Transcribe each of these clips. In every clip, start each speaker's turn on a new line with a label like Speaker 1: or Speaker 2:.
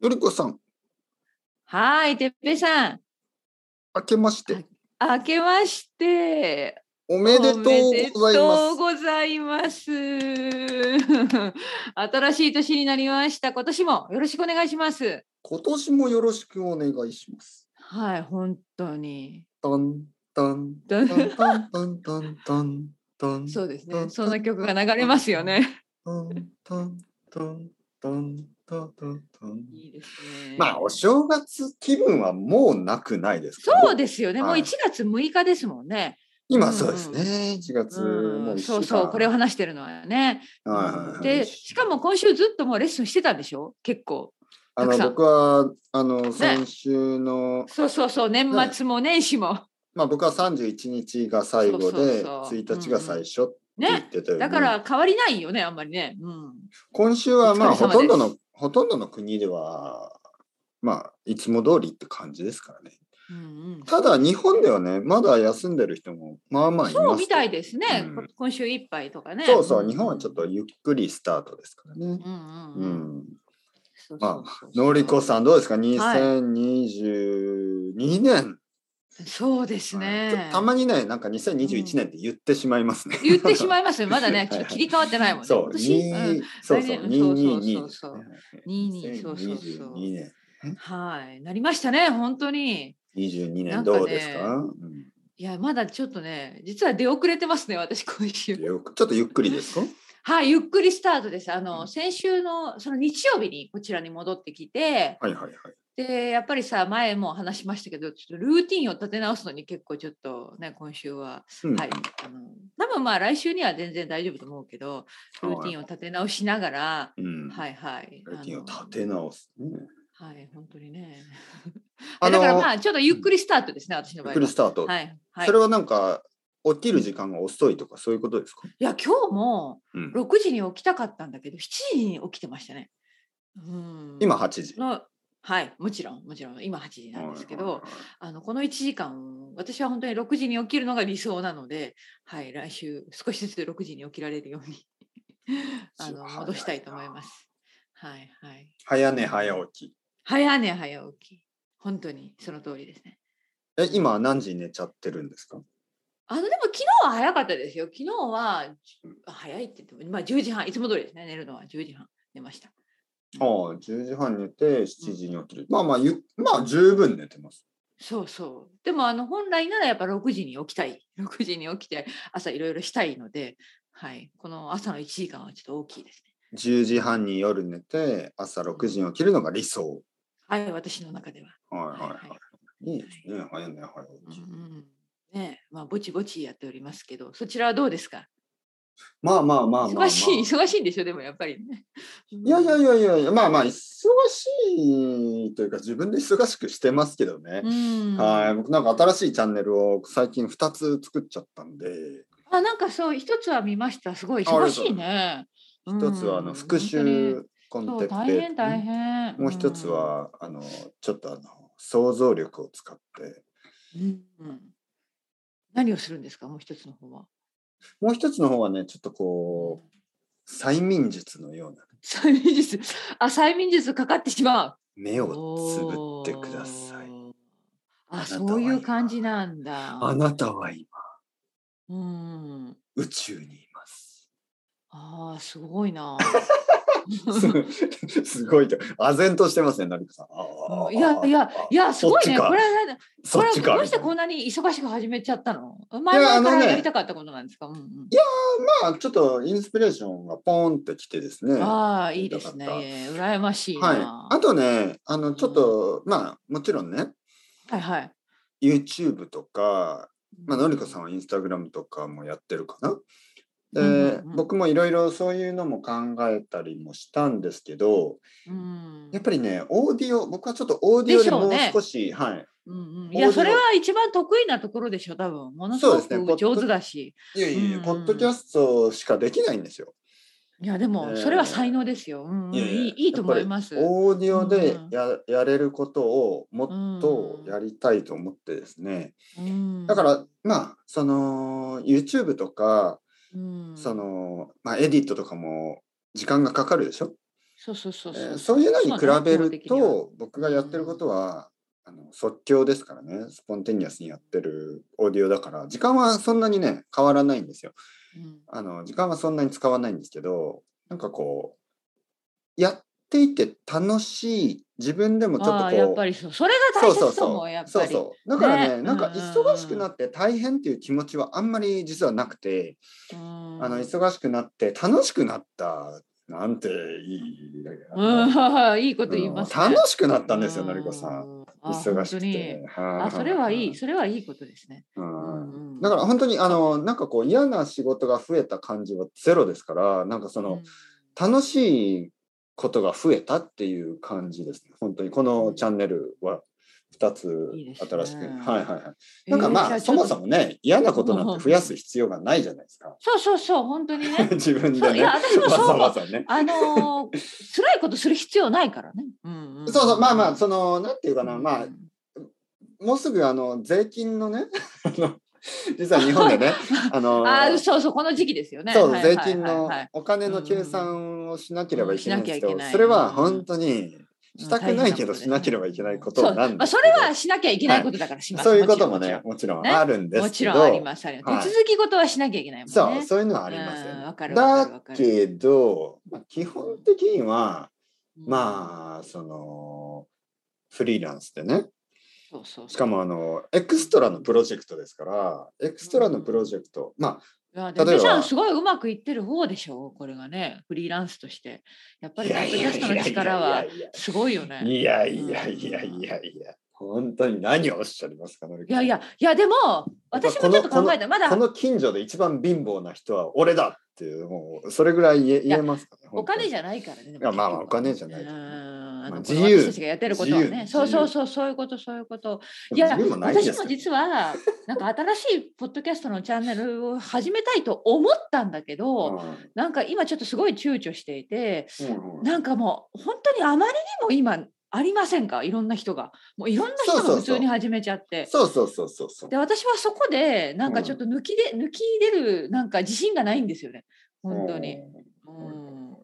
Speaker 1: のりこさん、
Speaker 2: はーい、てっぺいさん。
Speaker 1: 明けまして、
Speaker 2: はい明けまして。
Speaker 1: おめでとうござい
Speaker 2: おめでとう
Speaker 1: ま
Speaker 2: ございます。 新しい年になりました。今年もよろしくお願いします。
Speaker 1: す。今年もよろしくお願いします。
Speaker 2: はい、本当に。
Speaker 1: タンタン
Speaker 2: だ
Speaker 1: タンタンタンタンタンタン
Speaker 2: そうですね。そんな曲が流れますよね。
Speaker 1: タンタンタンタンタンタンタン
Speaker 2: いいですね。
Speaker 1: まあ、お正月気分はもうなくないですか
Speaker 2: そうですよね。もう
Speaker 1: はい
Speaker 2: 1月6日ですもんね。
Speaker 1: 今そうですね。1月も
Speaker 2: う、
Speaker 1: うん一週
Speaker 2: そ
Speaker 1: 間
Speaker 2: うそう、これを話してるのはね。
Speaker 1: はいはいはい
Speaker 2: で、しかも今週ずっともうレッスンしてたんでしょ結構。
Speaker 1: あ
Speaker 2: たく
Speaker 1: の
Speaker 2: さん
Speaker 1: 僕はあの先週の
Speaker 2: そうそうそう、年末も年始も。
Speaker 1: まあ僕は31日が最後
Speaker 2: そうそう
Speaker 1: で
Speaker 2: そう
Speaker 1: 1日が最初って言っ
Speaker 2: ね。
Speaker 1: てたよね
Speaker 2: だから変わりないよね、あんまりね。うん。
Speaker 1: 今週はまあ
Speaker 2: お疲
Speaker 1: ほとん
Speaker 2: れ様です
Speaker 1: どのほとんどの国ではまあいつも通りって感じですからね。
Speaker 2: うんうん、
Speaker 1: ただ日本ではねまだ休んでる人もまあまあいます。
Speaker 2: そうみたいですね、
Speaker 1: うん
Speaker 2: こ今週いっぱいとかね。
Speaker 1: そうそう日本はちょっと。ゆっくりスタートですからね。
Speaker 2: うんうん
Speaker 1: う
Speaker 2: うん。
Speaker 1: ん。
Speaker 2: そうそ
Speaker 1: ま
Speaker 2: う
Speaker 1: あ
Speaker 2: そう
Speaker 1: のりこさんどうですか
Speaker 2: はい
Speaker 1: ?2022 年。
Speaker 2: そうです
Speaker 1: ちょっ
Speaker 2: ね
Speaker 1: と。たまにねなんか2021年って言ってしまいますね。
Speaker 2: 言ってしまいますね。まだ
Speaker 1: はい
Speaker 2: ね、
Speaker 1: はい
Speaker 2: ちょっと切り替わってないもんね。
Speaker 1: そう
Speaker 2: 今年
Speaker 1: 二
Speaker 2: うん
Speaker 1: そう
Speaker 2: 来
Speaker 1: そう
Speaker 2: 年
Speaker 1: 二二二
Speaker 2: そうそうそう
Speaker 1: 二
Speaker 2: 22そうそうそう
Speaker 1: 二年
Speaker 2: はい、なりましたね、本当に。
Speaker 1: 二十二年
Speaker 2: なんかね
Speaker 1: どうですか？うん
Speaker 2: いや、まだちょっとね、実は出遅れてますね、私、今週。
Speaker 1: よくちょっとゆっくりですか？
Speaker 2: はい、ゆっくりスタートです。あ
Speaker 1: うん
Speaker 2: の先週のその日曜日にこちらに戻ってきて、
Speaker 1: はいはいはい。
Speaker 2: でやっぱりさ前も話しましたけど、ちょっとルーティンを立て直すのに結構ちょっとね今週は、
Speaker 1: うん
Speaker 2: はい、あの多分まあ来週には全然大丈夫と思うけど、ルーティンを立て直しながら、
Speaker 1: うん。
Speaker 2: はいはい、
Speaker 1: ルーティンを立
Speaker 2: あ
Speaker 1: て直すね。
Speaker 2: のはい本当にね。
Speaker 1: あの
Speaker 2: だからまあちょっとゆっくりスタートですね、私の
Speaker 1: ゆ
Speaker 2: 場
Speaker 1: っ
Speaker 2: 合
Speaker 1: くり
Speaker 2: は
Speaker 1: ス。タート。
Speaker 2: はいはい。
Speaker 1: それはなんか起きる時間が遅いとかそういうことですか？
Speaker 2: いや今日も
Speaker 1: うん
Speaker 2: 6時に起きたかったんだけど、7時に起きてましたね。うん
Speaker 1: 今八時。
Speaker 2: のはいもちろんもちろん今8時なんですけど、
Speaker 1: はいはいはい
Speaker 2: あのこの1時間私は本当に6時に起きるのが理想なので、はい、来週少しずつ6時に起きられるように あ
Speaker 1: そう
Speaker 2: の
Speaker 1: 早いな
Speaker 2: 戻したいと思います。はいはい、
Speaker 1: 早寝早起き。
Speaker 2: 早寝早起き本当にその通りですね。
Speaker 1: え今は何時に寝ちゃってるんですか？
Speaker 2: あのでも昨日は早かったですよ。昨日はじゅ早いって言っても、まあ、10時半いつも通りですね寝るのは10時半寝ました。
Speaker 1: ああ十時半寝て七時に起きる。まあまあゆまあ十分寝てます。
Speaker 2: そうそう。でもあの本来ならやっぱ6時に起きたい。6時に起きて朝いろいろしたいので、はい。この朝の1時間はちょっと大きいですね。
Speaker 1: 10時半に夜寝て朝6時に起きるのが理想。
Speaker 2: はい、私の中では。
Speaker 1: はい
Speaker 2: はい
Speaker 1: はいはい。いいですね。早寝早
Speaker 2: うん
Speaker 1: 起き。
Speaker 2: うん、ねえまあぼちぼちやっておりますけど、そちらはどうですか
Speaker 1: まあまあまあまあ、まあ。
Speaker 2: 忙しい、忙しいんでしょ、でもやっぱりね。
Speaker 1: いやいや
Speaker 2: や。
Speaker 1: いやいやいや、まあまあ、忙しいというか、自分で忙しくしてますけどね
Speaker 2: う。ん、
Speaker 1: はい、僕なんか新しいチャンネルを最近2つ作っちゃったんで、
Speaker 2: あなんかそう、一つは見ました。すごい
Speaker 1: あありがと
Speaker 2: 忙
Speaker 1: うござ
Speaker 2: し
Speaker 1: い
Speaker 2: いね。
Speaker 1: 一つはあの
Speaker 2: うん
Speaker 1: 復習コン
Speaker 2: 本
Speaker 1: テ
Speaker 2: 当にそう、
Speaker 1: ンツ
Speaker 2: 大
Speaker 1: で
Speaker 2: 変、大変。
Speaker 1: もう一つはあのちょっとあの想像力を使って、
Speaker 2: うん、うん。何をするんですか、もう一つの方は。
Speaker 1: もう一つの方はね、ちょっとこう、催眠術のような
Speaker 2: 催眠術あ催眠術かかってしまう
Speaker 1: 目をつぶってください。
Speaker 2: おー
Speaker 1: あ
Speaker 2: あ
Speaker 1: なたは
Speaker 2: そういう感じなんだ
Speaker 1: あなたは今、
Speaker 2: うん
Speaker 1: 宇宙にいます。
Speaker 2: あーすごいな
Speaker 1: す すごいと、唖然としてますね、成子さん。あー
Speaker 2: いやいやいやすごい
Speaker 1: そっ
Speaker 2: ね
Speaker 1: ちか
Speaker 2: これはなんだ
Speaker 1: そ
Speaker 2: こ
Speaker 1: っ
Speaker 2: れ
Speaker 1: ち
Speaker 2: は
Speaker 1: か。
Speaker 2: どうしてこん
Speaker 1: み
Speaker 2: なに忙しく始めちゃったの前々からやりたかったことなんですか、うんうん、
Speaker 1: たいなまあ、ちょっとインスピレーションがポーンってきてですね。は
Speaker 2: ああいいですね
Speaker 1: やりたかった
Speaker 2: いえ羨ましい
Speaker 1: い。
Speaker 2: な、
Speaker 1: あとね、あの、ちょっと、まあ、もちろんね、
Speaker 2: はいはい
Speaker 1: YouTube とか、まあ、のりこさん
Speaker 2: ん
Speaker 1: はインスタグラムとかもやってるかな。で、
Speaker 2: うんうんうん
Speaker 1: 僕もいろいろそういうのも考えたりもしたんですけど、
Speaker 2: うん
Speaker 1: やっぱりね、オーディオ、僕はちょっとオーディオで
Speaker 2: でしょ
Speaker 1: も
Speaker 2: う
Speaker 1: う
Speaker 2: ね
Speaker 1: 少し、はい、
Speaker 2: うんう
Speaker 1: オー
Speaker 2: ん、い
Speaker 1: ディオ
Speaker 2: やそれは一番得意なところでしょ多分ものす
Speaker 1: そう
Speaker 2: ご
Speaker 1: ですねポッド
Speaker 2: く上手だし
Speaker 1: いやいやいや、
Speaker 2: うん
Speaker 1: ポッドキャストしかできないんですよ。
Speaker 2: いやで
Speaker 1: え
Speaker 2: も
Speaker 1: ー
Speaker 2: それは才能ですよ。うんうん
Speaker 1: いやいや
Speaker 2: いいいいと思います。
Speaker 1: オーディオで
Speaker 2: うん、
Speaker 1: や,、やれることをもっとやりたいと思ってですね。だからら、まあ、その YouTube とか、
Speaker 2: うん
Speaker 1: その、まあ、エディットとかも時間がかかるでしょ
Speaker 2: そうそうそう
Speaker 1: え
Speaker 2: そう。
Speaker 1: ーそういうのに比べ
Speaker 2: そうね
Speaker 1: る
Speaker 2: 基本的には
Speaker 1: と僕がやってることは、あの即興ですからねスポンテニアスにやってるオーディオだから時間はそんなにね変わらないんですよ。
Speaker 2: うん
Speaker 1: あの時間はそんなに使わないんですけどなんかこうやっていて楽しい自分でもちょっと
Speaker 2: あ
Speaker 1: こ
Speaker 2: あ
Speaker 1: う
Speaker 2: やっぱりそうそれが
Speaker 1: そ
Speaker 2: 大
Speaker 1: うそう
Speaker 2: 切と思
Speaker 1: そう
Speaker 2: や
Speaker 1: う
Speaker 2: っ
Speaker 1: そ
Speaker 2: ぱ
Speaker 1: う
Speaker 2: り
Speaker 1: そうだからね
Speaker 2: ね
Speaker 1: なんか
Speaker 2: うんうんうん
Speaker 1: 忙しくなって大変っていう気持ちはあんまり実はなくて、
Speaker 2: うん
Speaker 1: あの忙しくなって楽しくなったなんていい、あの
Speaker 2: うん いいこと言いますね、
Speaker 1: うん楽しくなったんですよ
Speaker 2: う
Speaker 1: のりこさん
Speaker 2: うあ
Speaker 1: 忙しく
Speaker 2: 本
Speaker 1: て
Speaker 2: 当
Speaker 1: あ
Speaker 2: にあそれはいいそれはいいことですね、
Speaker 1: う
Speaker 2: うんん
Speaker 1: だから本当にあのなんかこう嫌な仕事が増えた感じはゼロですからなんかその、
Speaker 2: うん
Speaker 1: 楽しいことが増えたっていう感じですね。本当にこのチャンネルは2つ
Speaker 2: いいですね
Speaker 1: 新しく。はいはいはい。なんかまあ、
Speaker 2: えーじゃ
Speaker 1: そ
Speaker 2: ちょっ
Speaker 1: も
Speaker 2: と
Speaker 1: そもね嫌なことなんて増やす必要がないじゃないですか。
Speaker 2: そうそうそう本当にね
Speaker 1: 自分
Speaker 2: そ
Speaker 1: で
Speaker 2: うい
Speaker 1: ね。
Speaker 2: や
Speaker 1: わ
Speaker 2: 私も
Speaker 1: ざ
Speaker 2: そう
Speaker 1: わざね。
Speaker 2: あのー、辛いことする必要ないからね、うんん
Speaker 1: そうそうまあまあそのなんていうか
Speaker 2: う
Speaker 1: なんまあもうすぐあの税金のね あの実は日本でねあの
Speaker 2: あーそうそうこの時期ですよね
Speaker 1: そう
Speaker 2: はいは
Speaker 1: 税
Speaker 2: いはい
Speaker 1: 金の
Speaker 2: はい
Speaker 1: お金の計算をしなければいけないんですけ
Speaker 2: うんし
Speaker 1: ど
Speaker 2: なきゃいけない
Speaker 1: それは本当にしたくないけど
Speaker 2: うん
Speaker 1: しなければいけないこと
Speaker 2: そう
Speaker 1: なんで
Speaker 2: まあ、
Speaker 1: す
Speaker 2: そ
Speaker 1: け
Speaker 2: れ
Speaker 1: ど
Speaker 2: はしなきゃいけないことだからします、
Speaker 1: そういうことも
Speaker 2: ちろ
Speaker 1: ね
Speaker 2: ん、
Speaker 1: もちろん
Speaker 2: ね
Speaker 1: あるんで
Speaker 2: も
Speaker 1: す
Speaker 2: ち
Speaker 1: け
Speaker 2: ろんもちろんあ
Speaker 1: ど
Speaker 2: り、ますあります
Speaker 1: はい
Speaker 2: 手続き事はしなきゃいけないもんね
Speaker 1: そう、そういうのはありますよ
Speaker 2: うんわか
Speaker 1: ね。
Speaker 2: るわかる
Speaker 1: だ
Speaker 2: わかる
Speaker 1: けど、まあ、基本的には、
Speaker 2: うん
Speaker 1: まあ、その、フリーランスでね、
Speaker 2: そうそう
Speaker 1: しかもあの、エクストラのプロジェクトですから、エクストラのプロジェクト、ま
Speaker 2: いや
Speaker 1: 例えば
Speaker 2: でさんすごいうまくいってる方でしょうこれがねフリーランスとしてやっ
Speaker 1: あ、
Speaker 2: ぱりポッドキャストの力はすごいよね
Speaker 1: いやいやいやいやいや、本当に何をおっしゃりますか、のりこ
Speaker 2: い
Speaker 1: さ
Speaker 2: や
Speaker 1: ん
Speaker 2: いや、いやでも私もちょっと考えたまだ
Speaker 1: この近所で一番貧乏な人は俺だっていう、もう、それぐらい言え言えますかね。
Speaker 2: お金じ
Speaker 1: ゃ
Speaker 2: ゃないからね。でも
Speaker 1: いやまあまあ
Speaker 2: 結局は
Speaker 1: お金じゃない
Speaker 2: うんあ
Speaker 1: まあ
Speaker 2: の
Speaker 1: 自
Speaker 2: 自
Speaker 1: 由
Speaker 2: 由。私たちがやってることは
Speaker 1: 自由
Speaker 2: ね。そう
Speaker 1: 自
Speaker 2: そ
Speaker 1: 由
Speaker 2: うそう、そういうこと、そういうこと。い
Speaker 1: い
Speaker 2: や、
Speaker 1: や、自由もないです
Speaker 2: 私も
Speaker 1: けど
Speaker 2: 実は、なんか新しいポッドキャストのチャンネルを始めたいと思ったんだけど、
Speaker 1: うん
Speaker 2: なんか今ちょっとすごい躊躇していて、
Speaker 1: うんうん
Speaker 2: なんかもう本当にあまりにも今ありませんかいろんな人が。もういろんな人
Speaker 1: そうそう
Speaker 2: が
Speaker 1: そう
Speaker 2: 普通に始めちゃって。
Speaker 1: そうそうそうそうそう。
Speaker 2: で私はそこでなんかちょっと抜きで、抜き出るなんか自信がないんですよね本当に、う
Speaker 1: うんん。、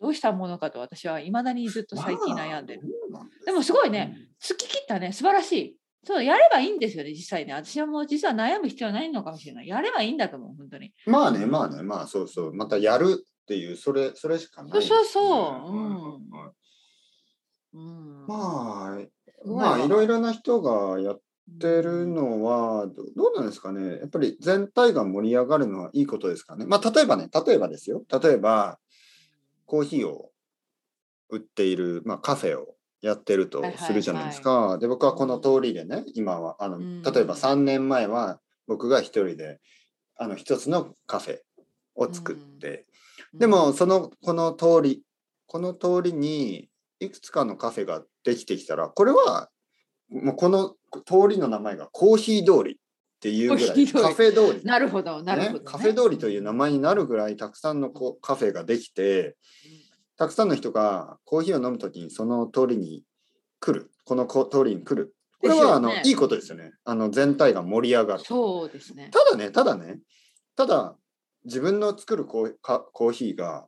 Speaker 2: どうしたものかと私はいまだにずっと最近悩んでる。
Speaker 1: まあ。
Speaker 2: でもすごいね、突き切ったね、素晴らしい。そう、やればいいんですよね、実際ね。私はもう実は悩む必要はないのかもしれない。やればいいんだと思う、本当に。
Speaker 1: まあね、まあね、まあそうそう。またやるっていう、それ、それしかない、
Speaker 2: そうそうそう
Speaker 1: はいはいはい
Speaker 2: うん。
Speaker 1: まあ、
Speaker 2: すご
Speaker 1: まあ、いろい
Speaker 2: ろ
Speaker 1: ろな人がやってるのは、どどうなんですかね。やっぱり全体が盛り上がるのはいいことですかね。まあ、例えばね、例えばですよ。例えば、コーヒーを売っている、まあ、カフェをやってると
Speaker 2: はいはいはい
Speaker 1: するじゃないですか。で、僕はこの通りでね、今は、あの、
Speaker 2: うん
Speaker 1: 例えば3年前は、僕が一人で、あの、一つのカフェを作って、でも、そのこの通りこの通りにいくつかのカフェができてきたらこれはもうこの通りの名前がコーヒー通りっていうぐら
Speaker 2: コー
Speaker 1: い
Speaker 2: ヒー通り
Speaker 1: カフェ通り、
Speaker 2: なるほど、なるほど、
Speaker 1: ね、カフェ通りという名前になるぐらいたくさんのこうカフェができてたくさんの人がコーヒーを飲むときにその通りに来るこのこ通りに来るこれ
Speaker 2: です
Speaker 1: は
Speaker 2: よ
Speaker 1: あの、
Speaker 2: ね
Speaker 1: いいことですよねあの全体が盛り上がる。
Speaker 2: そうですね。
Speaker 1: ただね、ただね、ただ自分の作るコーかコーヒーが、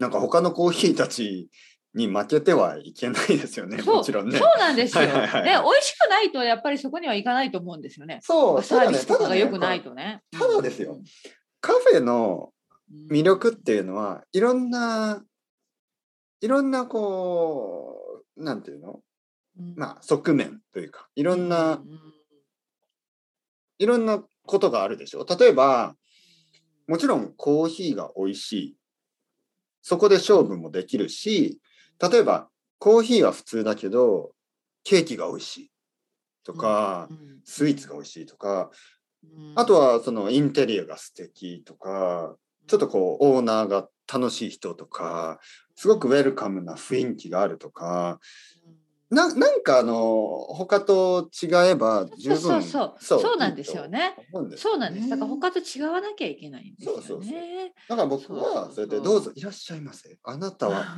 Speaker 1: なんか他のコーヒーたちに負けてはいけないですよね、
Speaker 2: そう
Speaker 1: もちろんね
Speaker 2: そ。うなんですよ。
Speaker 1: は
Speaker 2: ね
Speaker 1: いはいはい、
Speaker 2: 美味しくないと、やっぱりそこにはいかないと思うんですよね。
Speaker 1: そう
Speaker 2: サービスとか
Speaker 1: ただ
Speaker 2: が
Speaker 1: ね
Speaker 2: 良くない
Speaker 1: これ
Speaker 2: とね。
Speaker 1: ただですよカフェの
Speaker 2: うん。
Speaker 1: 魅力っていうのは、いろんな、いろんなこう、なんていうの
Speaker 2: うん、
Speaker 1: まあ、側面というか、いろんな、
Speaker 2: うん
Speaker 1: いろんなことがあるでしょ。例えば、もちろんコーヒーが美味しい。そこで勝負もできるし、例えばコーヒーは普通だけど、ケーキが美味しいとか、
Speaker 2: うん
Speaker 1: スイーツが美味しいとか、
Speaker 2: うん
Speaker 1: あとはそのインテリアが素敵とか、ちょっとこうオーナーが楽しい人とか、すごくウェルカムな雰囲気があるとか、ななんかあの、他と違えば十
Speaker 2: そう
Speaker 1: 分
Speaker 2: そうそうそうなんですよ。ね
Speaker 1: いいと思うんです
Speaker 2: そ
Speaker 1: よ
Speaker 2: う
Speaker 1: ね
Speaker 2: なんですだから他と違わなきゃいけないんですよね
Speaker 1: そうそうそうだから僕はそうやって「どうぞいらっしゃいませあなたは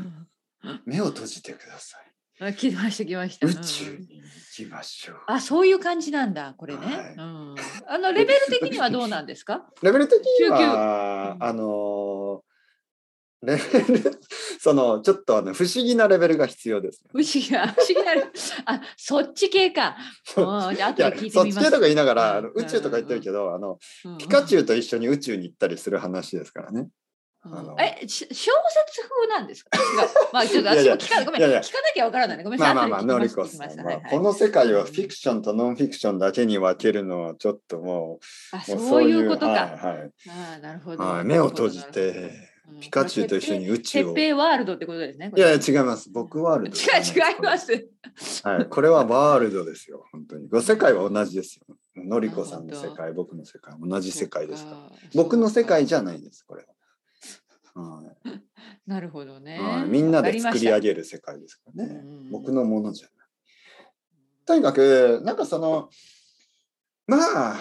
Speaker 1: 目を閉じてください
Speaker 2: あ来ました来ました
Speaker 1: 宇
Speaker 2: う
Speaker 1: 宙
Speaker 2: ん
Speaker 1: に行きましょう
Speaker 2: あそういう感じなんだこれね、
Speaker 1: はい
Speaker 2: うん、あのレベル的にはどうなんですか」
Speaker 1: レベル的には
Speaker 2: 19
Speaker 1: あのレベル、 その、ちょっとあの、不思議なレベルが必要ですね。
Speaker 2: 不思議な、不思議な、あ、そっち系か。もうじゃあ、
Speaker 1: い
Speaker 2: 後
Speaker 1: や
Speaker 2: で聞いて
Speaker 1: そっ
Speaker 2: み
Speaker 1: ち
Speaker 2: ま
Speaker 1: 系
Speaker 2: す。
Speaker 1: とか言いながら、あの
Speaker 2: う
Speaker 1: 宇
Speaker 2: ん
Speaker 1: 宙とか言ってるけど、あの
Speaker 2: うん
Speaker 1: ピカチュウと一緒に宇宙に行ったりする話ですからね。
Speaker 2: うん
Speaker 1: あの
Speaker 2: え、し小説風なんですか。違うまあ、ちょっと
Speaker 1: いやい
Speaker 2: 私
Speaker 1: や
Speaker 2: も聞かごめん、
Speaker 1: いやいや
Speaker 2: 聞かなきゃわからないね。ごめんな
Speaker 1: ま
Speaker 2: さ
Speaker 1: あ
Speaker 2: い。
Speaker 1: まあまあ、ノ
Speaker 2: 後で聞
Speaker 1: リ
Speaker 2: きま
Speaker 1: コ
Speaker 2: す
Speaker 1: さ
Speaker 2: 聞きま
Speaker 1: ん、
Speaker 2: す
Speaker 1: まあ
Speaker 2: はいはい
Speaker 1: この世界をフィクションとノンフィクションだけに分けるのはちょっとも
Speaker 2: あ、
Speaker 1: う、も
Speaker 2: そういうことか。
Speaker 1: はいはい
Speaker 2: ああ、なるほど。
Speaker 1: はい、目を閉じて、
Speaker 2: うん、
Speaker 1: ピカチュウと一緒に宇宙
Speaker 2: てっ
Speaker 1: を。
Speaker 2: ぺ
Speaker 1: い
Speaker 2: いワールドってことですね。これ
Speaker 1: やいや、違います。僕ワールド。
Speaker 2: 違う、違いま。す。
Speaker 1: はい、これはワールドですよ、本当に。ご世界は同じですよ。のりこさんの世界、僕の世界、同じ世界ですから。
Speaker 2: そうか
Speaker 1: 僕の世界じゃ
Speaker 2: そうか
Speaker 1: ないです、これは。はい
Speaker 2: なるほどね
Speaker 1: はい、。みんなで作り上
Speaker 2: げ
Speaker 1: げる世界ですからね。僕
Speaker 2: の。
Speaker 1: のものじゃない。とにかくなんかそのまあ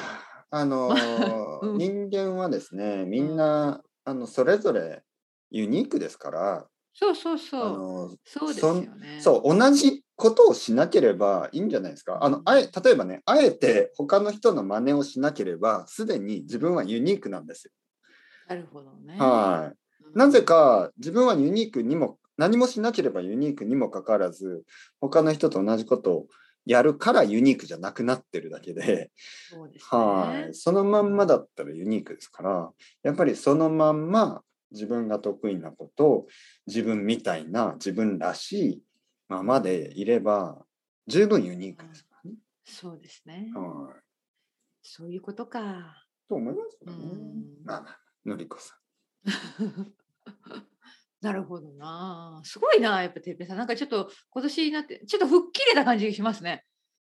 Speaker 1: あの、
Speaker 2: うん
Speaker 1: 人間はですねみんな、あのそれぞれユニークですから
Speaker 2: そうそう
Speaker 1: あ
Speaker 2: そう。
Speaker 1: の
Speaker 2: そうですよね。
Speaker 1: そう同じことをしなければいいんじゃないですかあのあえ例えばねあえて他の人の真似をしなければすでに自分はユニークなんですよ。
Speaker 2: なるほどね。
Speaker 1: はいなぜ。か自分はユニークにも何もしなければユニークにもかかわらず他の人と同じことをやるからユニークじゃなくなってるだけで、
Speaker 2: そうですね。
Speaker 1: はい、そのまんまだったらユニークですからやっぱりそのまんま自分が得意なことを自分みたいな自分らしいままでいれば十分ユニークですからね。
Speaker 2: そうですね。
Speaker 1: はい、
Speaker 2: そういうことか。
Speaker 1: と思いますよね
Speaker 2: うん。
Speaker 1: まあまあのりこさん。
Speaker 2: なるほどな。すごいな、やっぱてっぺいさん。なんかちょっと今年になって、ちょっと吹っ切れた感じがしますね。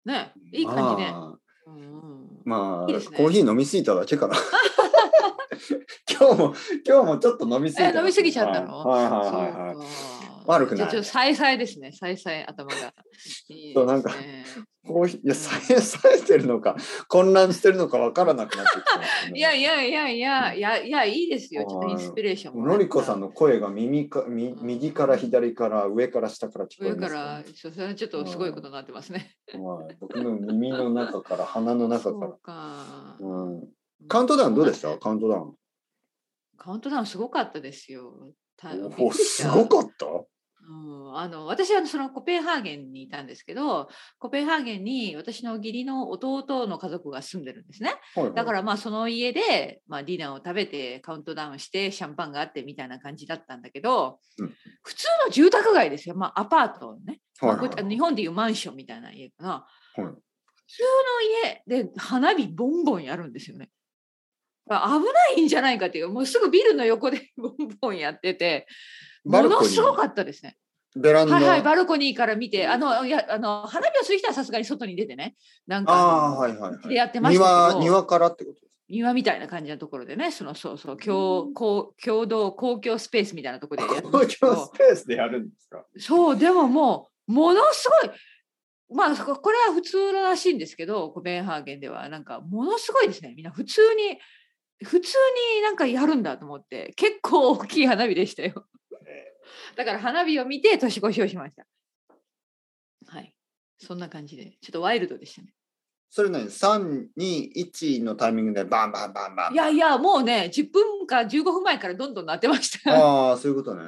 Speaker 2: ね、いい感じね。
Speaker 1: まあ
Speaker 2: うんうん
Speaker 1: まあ
Speaker 2: いいですね
Speaker 1: コーヒー飲みすぎただけか な。今日も今日もちょっと飲みすぎ
Speaker 2: え飲みすぎちゃったの
Speaker 1: はいはいはいはい。
Speaker 2: そうか
Speaker 1: 悪くない
Speaker 2: じゃあちょっとさえさえですね。さえさえ頭 が。いいですね
Speaker 1: そうなんかコーヒーいやさえさえてるのか混乱してるのかわからなくなってきてます、ね。
Speaker 2: いやいやいやいやいやいやいいですよ。ちょっとインスピレーションも
Speaker 1: のりこさんの声が耳かみ
Speaker 2: うん
Speaker 1: 右から左から上から下から聞こえ
Speaker 2: 上
Speaker 1: ま
Speaker 2: か
Speaker 1: すね、
Speaker 2: らそうそれはちょっとすごいことになってますね。
Speaker 1: はい僕の耳の中から鼻の中か。
Speaker 2: そうから
Speaker 1: うん。カウントダウンどうでした？カウントダウン。
Speaker 2: カウントダウンすごかったですよ。たびっく
Speaker 1: お
Speaker 2: りし
Speaker 1: す
Speaker 2: た
Speaker 1: ごかった。
Speaker 2: うん、あの私はそのコペンハーゲンにいたんですけどコペンハーゲンに私の義理の弟の家族が住んでるんですね
Speaker 1: はいはい
Speaker 2: だからまあその家で、まあ、ディナーを食べてカウントダウンしてシャンパンがあってみたいな感じだったんだけど、
Speaker 1: うん
Speaker 2: 普通の住宅街ですよ、まあ、アパートのね、
Speaker 1: はい
Speaker 2: まあ
Speaker 1: は
Speaker 2: こういった
Speaker 1: い
Speaker 2: 日本でいうマンションみたいな家かな、
Speaker 1: はい
Speaker 2: 普通の家で花火ボンボンやるんですよね。あ危ないんじゃないかっていうもうすぐビルの横で ボンボンやってても
Speaker 1: バルコ
Speaker 2: の
Speaker 1: ニ
Speaker 2: すご
Speaker 1: ー
Speaker 2: かったですね。
Speaker 1: ベランダ。
Speaker 2: はいはい、バルコニーから見て、あの、いや、あの、花火をする人はさすがに外に出てね、なんか、
Speaker 1: ああはいはいはい。
Speaker 2: でやってましたけど
Speaker 1: 庭庭からってことです
Speaker 2: 庭みたいな感じのところでね、その、そうそう、共公共同、公共スペースみたいなところでやって
Speaker 1: か。
Speaker 2: ま
Speaker 1: 公
Speaker 2: したけど
Speaker 1: 共スペースでやるんですか。
Speaker 2: そう、でももう、ものすごい、まあ、ここれは普通らしいんですけど、コペンハーゲンでは、なんか、ものすごいですね、みんな普通に、普通になんかやるんだと思って、結構大きい花火でしたよ。だから花火を見て年越しをしました。はい。そんな感じで、ちょっとワイルドでしたね。
Speaker 1: それ何三二一のタイミングでバンバンバンバン。
Speaker 2: いやいや、もうね、10分か15分前からどんどんなってました。
Speaker 1: ああそういうことね。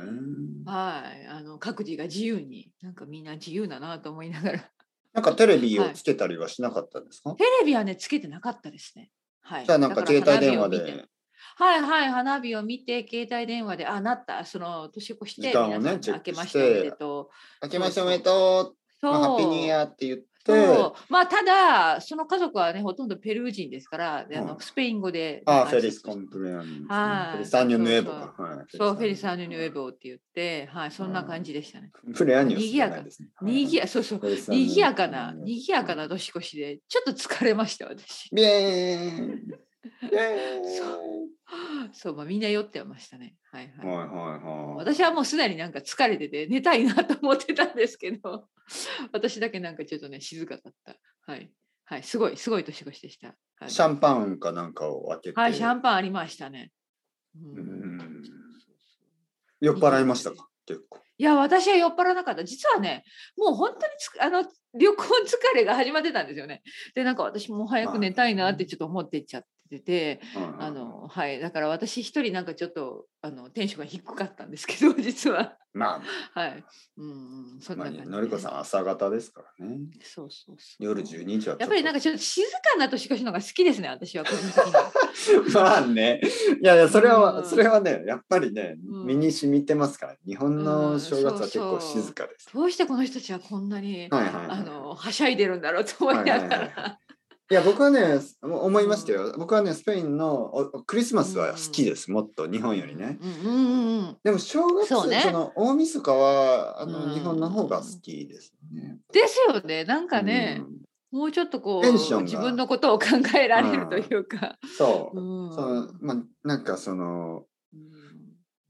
Speaker 2: はい。 あの、各自が自由に、なんかみんな自由だなと思いながら。
Speaker 1: なんかテレビをつけたりはしなかったんですか。
Speaker 2: テレビはね、つけてなかったですね。はい。
Speaker 1: じゃあなんか
Speaker 2: だら
Speaker 1: 携帯電話
Speaker 2: 花火を見
Speaker 1: で
Speaker 2: て。はいはい、花火を見て、携帯電話で、あ、なった、その年越して、
Speaker 1: 時間をね
Speaker 2: 皆さん
Speaker 1: チェッ
Speaker 2: 明
Speaker 1: クして
Speaker 2: けましておめでとう。
Speaker 1: 明けましておめでとう。
Speaker 2: そう。
Speaker 1: まあハッピーニューイヤーって言っ
Speaker 2: そう
Speaker 1: て。
Speaker 2: まあ、ただ、その家族はね、ほとんどペルー人ですから、であの
Speaker 1: うん
Speaker 2: スペイン語で。
Speaker 1: ああ
Speaker 2: の
Speaker 1: フェリスコンプレアン。
Speaker 2: は
Speaker 1: フェ
Speaker 2: い
Speaker 1: リスアニュヌエボか。はい
Speaker 2: そう、フェリス・アニュニュエ
Speaker 1: ボ。
Speaker 2: ボーって言って、はい、そんな感じでしたね。
Speaker 1: コンプレアニュスじゃないですね。
Speaker 2: にぎ
Speaker 1: や。
Speaker 2: や、そうそう
Speaker 1: フ、ェリスアニュ
Speaker 2: にぎやかな、
Speaker 1: うん
Speaker 2: にぎやかな年越しで、ちょっと疲れました、私。
Speaker 1: ビエーン。イエーン
Speaker 2: そう、まあ、みんな酔ってましたね。はいはい。
Speaker 1: はいはいはい。
Speaker 2: 私はもうすでになんか疲れてて寝たいなと思ってたんですけど 私だけなんかちょっとね静かだったはいはいすごいすごい年越しでしたはい
Speaker 1: シャンパンかなんかを開けて、
Speaker 2: はいシャンパンありましたね、うん
Speaker 1: うん酔っ払いましたか結構。
Speaker 2: いや私は酔っ払わなかった実はねもう本当につあの旅行疲れが始まってたんですよねでなんか私もう早く寝たいなってちょっと思ってっちゃっててしてて、
Speaker 1: うんうん
Speaker 2: あのはい、だから私一人なんかちょっとあのテンションが低かったんですけど実は
Speaker 1: ま
Speaker 2: はい、うんうん、そ
Speaker 1: あ、
Speaker 2: んな
Speaker 1: まあ、
Speaker 2: 感じで
Speaker 1: のりこさん朝方ですからね。
Speaker 2: そうそうそう
Speaker 1: 夜12時はちょと
Speaker 2: やっぱりなんかちょっと静かな年越しの方が好きですね私はこの 時期に
Speaker 1: まあね。いやいや、それは、
Speaker 2: うん
Speaker 1: それはね、やっぱりね、
Speaker 2: うん
Speaker 1: 身に染みてますから、日本
Speaker 2: う
Speaker 1: の
Speaker 2: ん
Speaker 1: 正月は結
Speaker 2: そ
Speaker 1: 構
Speaker 2: うそう
Speaker 1: 静かです。
Speaker 2: どうしてこの人たちはこんなに、
Speaker 1: はいはいはい
Speaker 2: あのはしゃいでるんだろうと思いながら、
Speaker 1: はいはいいや、僕はね、も思いましたよ。僕はね、スペインのおクリスマスは好きです、もっと日本よりね。
Speaker 2: うんうんうんうん
Speaker 1: でも正月
Speaker 2: そ
Speaker 1: そう
Speaker 2: ね
Speaker 1: の大晦日はあの、
Speaker 2: うん
Speaker 1: 日本の方が好きですね。
Speaker 2: ですよねなんかね、もうちょっとこう
Speaker 1: テンションが
Speaker 2: 自分のことを考えられるというか、
Speaker 1: うんそう、
Speaker 2: うん
Speaker 1: そのまあなんかその
Speaker 2: うん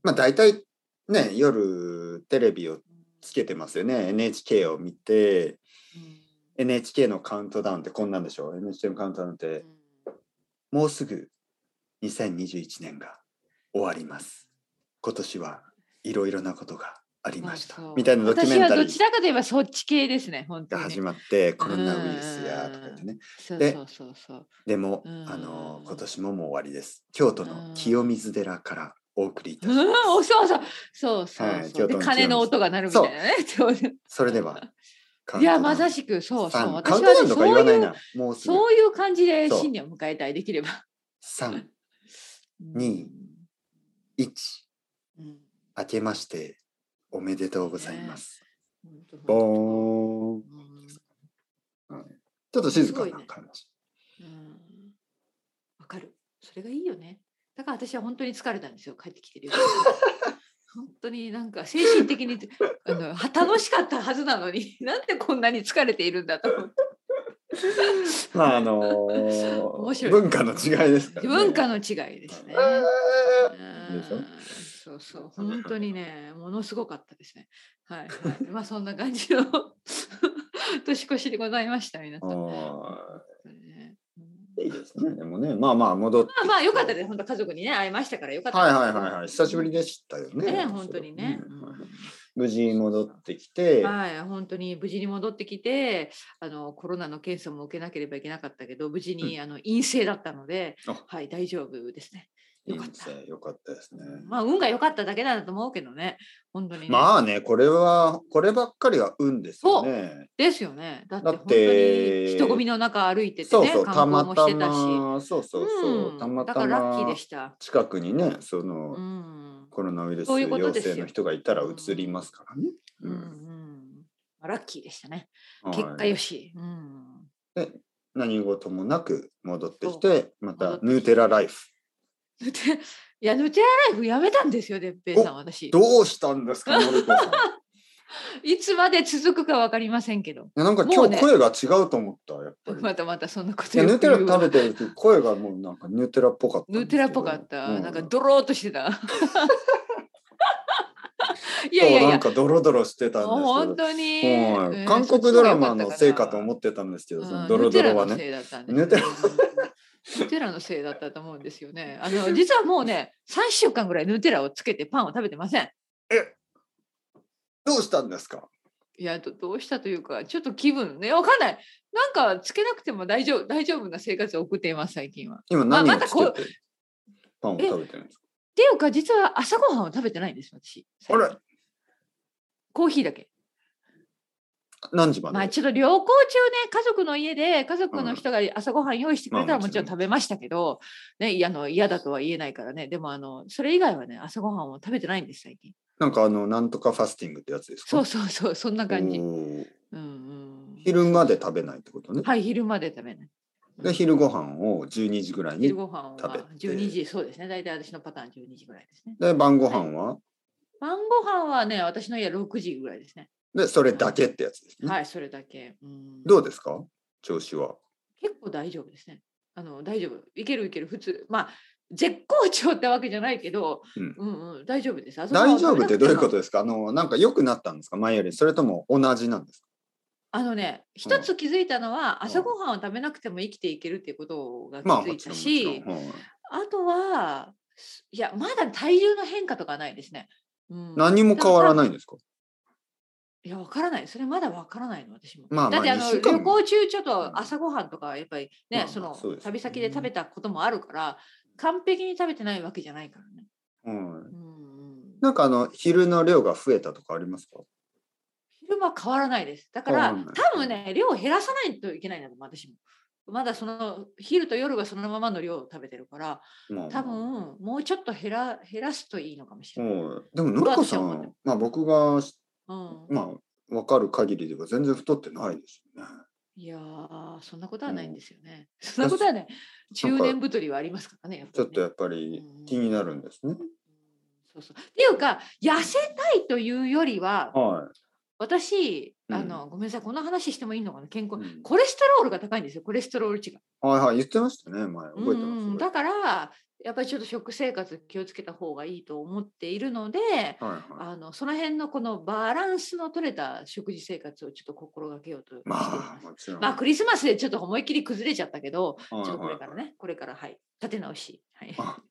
Speaker 1: まあ大体ね夜テレビをつけてますよね NHK を見て NHK のカウントダウンってこんなんでしょう NHK のカウントダウンってもうすぐ2021年が終わります今年はいろいろなことがありました
Speaker 2: そうそう
Speaker 1: みたいなドキュメンタ
Speaker 2: 私は
Speaker 1: リ
Speaker 2: どち
Speaker 1: ー
Speaker 2: らかといえばそっち系ですね本当
Speaker 1: が
Speaker 2: に
Speaker 1: 始まってコロナウイルスやとか言ってね
Speaker 2: そう
Speaker 1: で
Speaker 2: そうそうそう
Speaker 1: でも
Speaker 2: うん
Speaker 1: あの今年ももう終わりです京都
Speaker 2: う
Speaker 1: の
Speaker 2: ん
Speaker 1: 清水寺からお送りいたし
Speaker 2: う
Speaker 1: ます
Speaker 2: んおそうそうそうそう、
Speaker 1: はい
Speaker 2: そうで
Speaker 1: 京都の
Speaker 2: 鐘の音が鳴るみたいなねそう
Speaker 1: それではカウ
Speaker 2: い
Speaker 1: ントダ
Speaker 2: や
Speaker 1: ウン
Speaker 2: まさしくそうそ
Speaker 1: さ
Speaker 2: うん
Speaker 1: カウ
Speaker 2: 私
Speaker 1: ント
Speaker 2: は
Speaker 1: ダウンとか言わない
Speaker 2: そういう
Speaker 1: なもうすぐ
Speaker 2: そういう感じで
Speaker 1: そう
Speaker 2: 新年を迎えたいできれば
Speaker 1: 3に1
Speaker 2: うんうん
Speaker 1: 明けましておめでとうございます、
Speaker 2: 本当
Speaker 1: ボーン
Speaker 2: うん
Speaker 1: ちょっと静かな感じ、
Speaker 2: うんわかる。それがいいよね。だから私は本当に疲れたんですよ。帰ってきてる。 本当になんか精神的にあのは楽しかったはずなのに、なんでこんなに疲れているんだと思って。
Speaker 1: まああのー
Speaker 2: 面白い
Speaker 1: 文化の違いですから、ね、
Speaker 2: 文化
Speaker 1: の
Speaker 2: の違いですね。うん
Speaker 1: でしょ
Speaker 2: そうそう本当にね ものすごかったですねはい、はい、まあそんな感じの 年越しでございました皆さん、ねうん
Speaker 1: いいですねでもねまあまあ戻って
Speaker 2: まあまあ良かったです。本当家族にね会いましたから良かった
Speaker 1: は
Speaker 2: で
Speaker 1: い
Speaker 2: す。
Speaker 1: はいはいはい久しぶりでしたよね
Speaker 2: ね本当にね。
Speaker 1: うん
Speaker 2: うん
Speaker 1: 無事戻ってきて、
Speaker 2: はい、本当に無事に戻ってきてあのコロナの検査も受けなければいけなかったけど無事に、あの陰性だったので
Speaker 1: あ、
Speaker 2: はい、大丈夫ですね。
Speaker 1: い
Speaker 2: よ
Speaker 1: い
Speaker 2: かっ
Speaker 1: で
Speaker 2: た
Speaker 1: すねよかったですね、
Speaker 2: まあ運が良かっただけなんだと思うけどね本当にね、
Speaker 1: まあねこれはこればっかりは運ですよね
Speaker 2: ですよねだって
Speaker 1: だ
Speaker 2: 本
Speaker 1: っ
Speaker 2: 当
Speaker 1: て
Speaker 2: に人混みの中歩いてて
Speaker 1: そう
Speaker 2: ね
Speaker 1: そうた
Speaker 2: 観光
Speaker 1: ま
Speaker 2: も
Speaker 1: た
Speaker 2: してたし。
Speaker 1: まそうそうそう、
Speaker 2: ん
Speaker 1: たま
Speaker 2: だ
Speaker 1: た
Speaker 2: からラッキー
Speaker 1: ま
Speaker 2: でした。
Speaker 1: 近くにねその、
Speaker 2: うん
Speaker 1: コロナウイルス
Speaker 2: そういうこと
Speaker 1: 陽
Speaker 2: ですよ
Speaker 1: 性の人がいたらうつりますからね。
Speaker 2: うん
Speaker 1: う
Speaker 2: うんんまあラッキーでしたね。
Speaker 1: はい
Speaker 2: 結果よし。うん
Speaker 1: 何事もなく戻ってき
Speaker 2: そ
Speaker 1: てまた
Speaker 2: 戻ってきて
Speaker 1: ヌーテラライフ
Speaker 2: ヌテいや、ヌテラライフやめたんですよ、でっぺいさん、私。
Speaker 1: どうしたん ですかのりこさんい
Speaker 2: いつまで続くかわかりませんけど。
Speaker 1: やなんか
Speaker 2: も
Speaker 1: 今
Speaker 2: うね
Speaker 1: 日声が違うと思ったやっぱり。
Speaker 2: またまたそんなこ
Speaker 1: い
Speaker 2: と
Speaker 1: や
Speaker 2: よ
Speaker 1: ヌー
Speaker 2: く
Speaker 1: テラ
Speaker 2: 言うわ
Speaker 1: 食べてる時声がもうなんかヌーテラっぽかったんですけど。
Speaker 2: ヌテラっぽかった。
Speaker 1: う
Speaker 2: なんかドローっとし てた。い
Speaker 1: い
Speaker 2: やいやい
Speaker 1: なん
Speaker 2: や。
Speaker 1: かドロドロしてたんですけど。
Speaker 2: 本当に、
Speaker 1: はい
Speaker 2: うん
Speaker 1: 韓国ドラマのせいかと思
Speaker 2: っ
Speaker 1: ってたんですけ
Speaker 2: て
Speaker 1: ど、そのドロドロはね。
Speaker 2: ヌテラのせいだったんですねヌテラのせいだったと思うんですよね。あの実はもうね、3週間ぐらいヌテラをつけてパンを食べてません。
Speaker 1: どうしたんですか。
Speaker 2: いやどどうしたというかちょっと気分ねわかんないなんかつけなくても大丈夫大丈夫な生活を送っています最近は。っ
Speaker 1: 今何
Speaker 2: ま
Speaker 1: を
Speaker 2: た
Speaker 1: 作
Speaker 2: こ
Speaker 1: ってパンを食べてるんです
Speaker 2: ていうか実は朝ごはんを食べてないんです私。
Speaker 1: か。あれ
Speaker 2: コーヒーだけ。
Speaker 1: 何時まで。
Speaker 2: まあちょっと旅行中ね家族の家で家族の人が朝ごはん用意してくれた
Speaker 1: う
Speaker 2: ら
Speaker 1: ん
Speaker 2: もちろん食べましたけど、ね、いやあの嫌だとは言えないからねでもあのそれ以外はね朝ごはんを食べてないんです最近。
Speaker 1: なんかあの、なんとかファスティングってやつですか
Speaker 2: そうそうそうそんな感じ。うん
Speaker 1: おー
Speaker 2: うん、
Speaker 1: 昼まで食べないってことね。
Speaker 2: はい昼まで食べない。
Speaker 1: で、昼ご飯を12時ぐらいに
Speaker 2: 昼。ご飯
Speaker 1: 食べ
Speaker 2: は
Speaker 1: て
Speaker 2: 12時そうですね大体私のパターン12時ぐらいですね。
Speaker 1: で、晩ご飯は、
Speaker 2: 晩ご飯はね、私の家6時ぐらいですね。
Speaker 1: で、それだけってやつですね。
Speaker 2: はい、それだけ。うん
Speaker 1: どうですか調子は。
Speaker 2: 結構大丈夫ですね。あの大丈夫。いけるいける、普通。まあ、絶好調ってわけじゃないけど、
Speaker 1: うん
Speaker 2: うんうん、大丈夫です。
Speaker 1: 大丈夫ってどういうこと
Speaker 2: と
Speaker 1: ですかあの、なんか良くなったんですか前より。それとも同じなんですか
Speaker 2: あのね、一つ気づいたのは、
Speaker 1: うん
Speaker 2: 朝ごはんを食べなくても生きていけるっていうことが気
Speaker 1: まあ、
Speaker 2: づ
Speaker 1: も
Speaker 2: い
Speaker 1: ち
Speaker 2: た
Speaker 1: ろんも
Speaker 2: し、
Speaker 1: ちろん。はい
Speaker 2: あとは、いや、まだ体重の変化とかないですね。うん
Speaker 1: 何も変わらないんですか
Speaker 2: いや、わからない。それまだわからないの、私も。
Speaker 1: まあま
Speaker 2: だ
Speaker 1: あ
Speaker 2: って、あの、
Speaker 1: 一週間も
Speaker 2: 旅行中、ちょっと朝ごはんとか、やっぱりね、
Speaker 1: まあまあ
Speaker 2: その
Speaker 1: そうですよね
Speaker 2: 旅先で食べたこともあるから、完璧に食べてないわけじゃないからね。
Speaker 1: うん。
Speaker 2: うんうん、
Speaker 1: なんかあの昼の量が増えたとかありますか？
Speaker 2: 昼間は変わらないです。だか
Speaker 1: 変
Speaker 2: ら、
Speaker 1: わらない
Speaker 2: 多分ね、量を減らさないといけないんだと思う、私も。まだその昼と夜がそのままの量を食べてるから
Speaker 1: まあ
Speaker 2: 多分もうちょっと減ら減らすといいのかもしれない。
Speaker 1: うんでものりこさ
Speaker 2: どうだった
Speaker 1: ん、まあ僕が
Speaker 2: うん
Speaker 1: まあわかる限りでは全然太ってないですよね。
Speaker 2: いやーそんなことはないんですよね。 そん
Speaker 1: ん
Speaker 2: なことはね中年太りはありますからねやっ
Speaker 1: ち
Speaker 2: ぱ
Speaker 1: ょ
Speaker 2: り
Speaker 1: っ
Speaker 2: ね
Speaker 1: とやっぱり気になるんですね。
Speaker 2: そうそうっていうか痩せたいというよりは
Speaker 1: は
Speaker 2: 私
Speaker 1: うん
Speaker 2: あの、ごめんなさいこの話してもいいのかな健
Speaker 1: い。う
Speaker 2: 康、
Speaker 1: ん
Speaker 2: コレステロールが高いんですよコレステロール値が。
Speaker 1: はいはい言ってましたね前覚えて
Speaker 2: うんうん
Speaker 1: ま
Speaker 2: だからやっぱりちょっと食生活気をつけた方がいいと思っているので。
Speaker 1: す。はいはい。
Speaker 2: あのその辺のこのバランスの取れた食事生活をちょっと心がけようとしてい
Speaker 1: ま
Speaker 2: ます。
Speaker 1: あもちろん。
Speaker 2: まあクリスマスでちょっと思いっきり崩れちゃったけど、
Speaker 1: はい
Speaker 2: ちょっとこ
Speaker 1: は
Speaker 2: れ
Speaker 1: い
Speaker 2: からね、これからはい、立て直し、はい
Speaker 1: あ、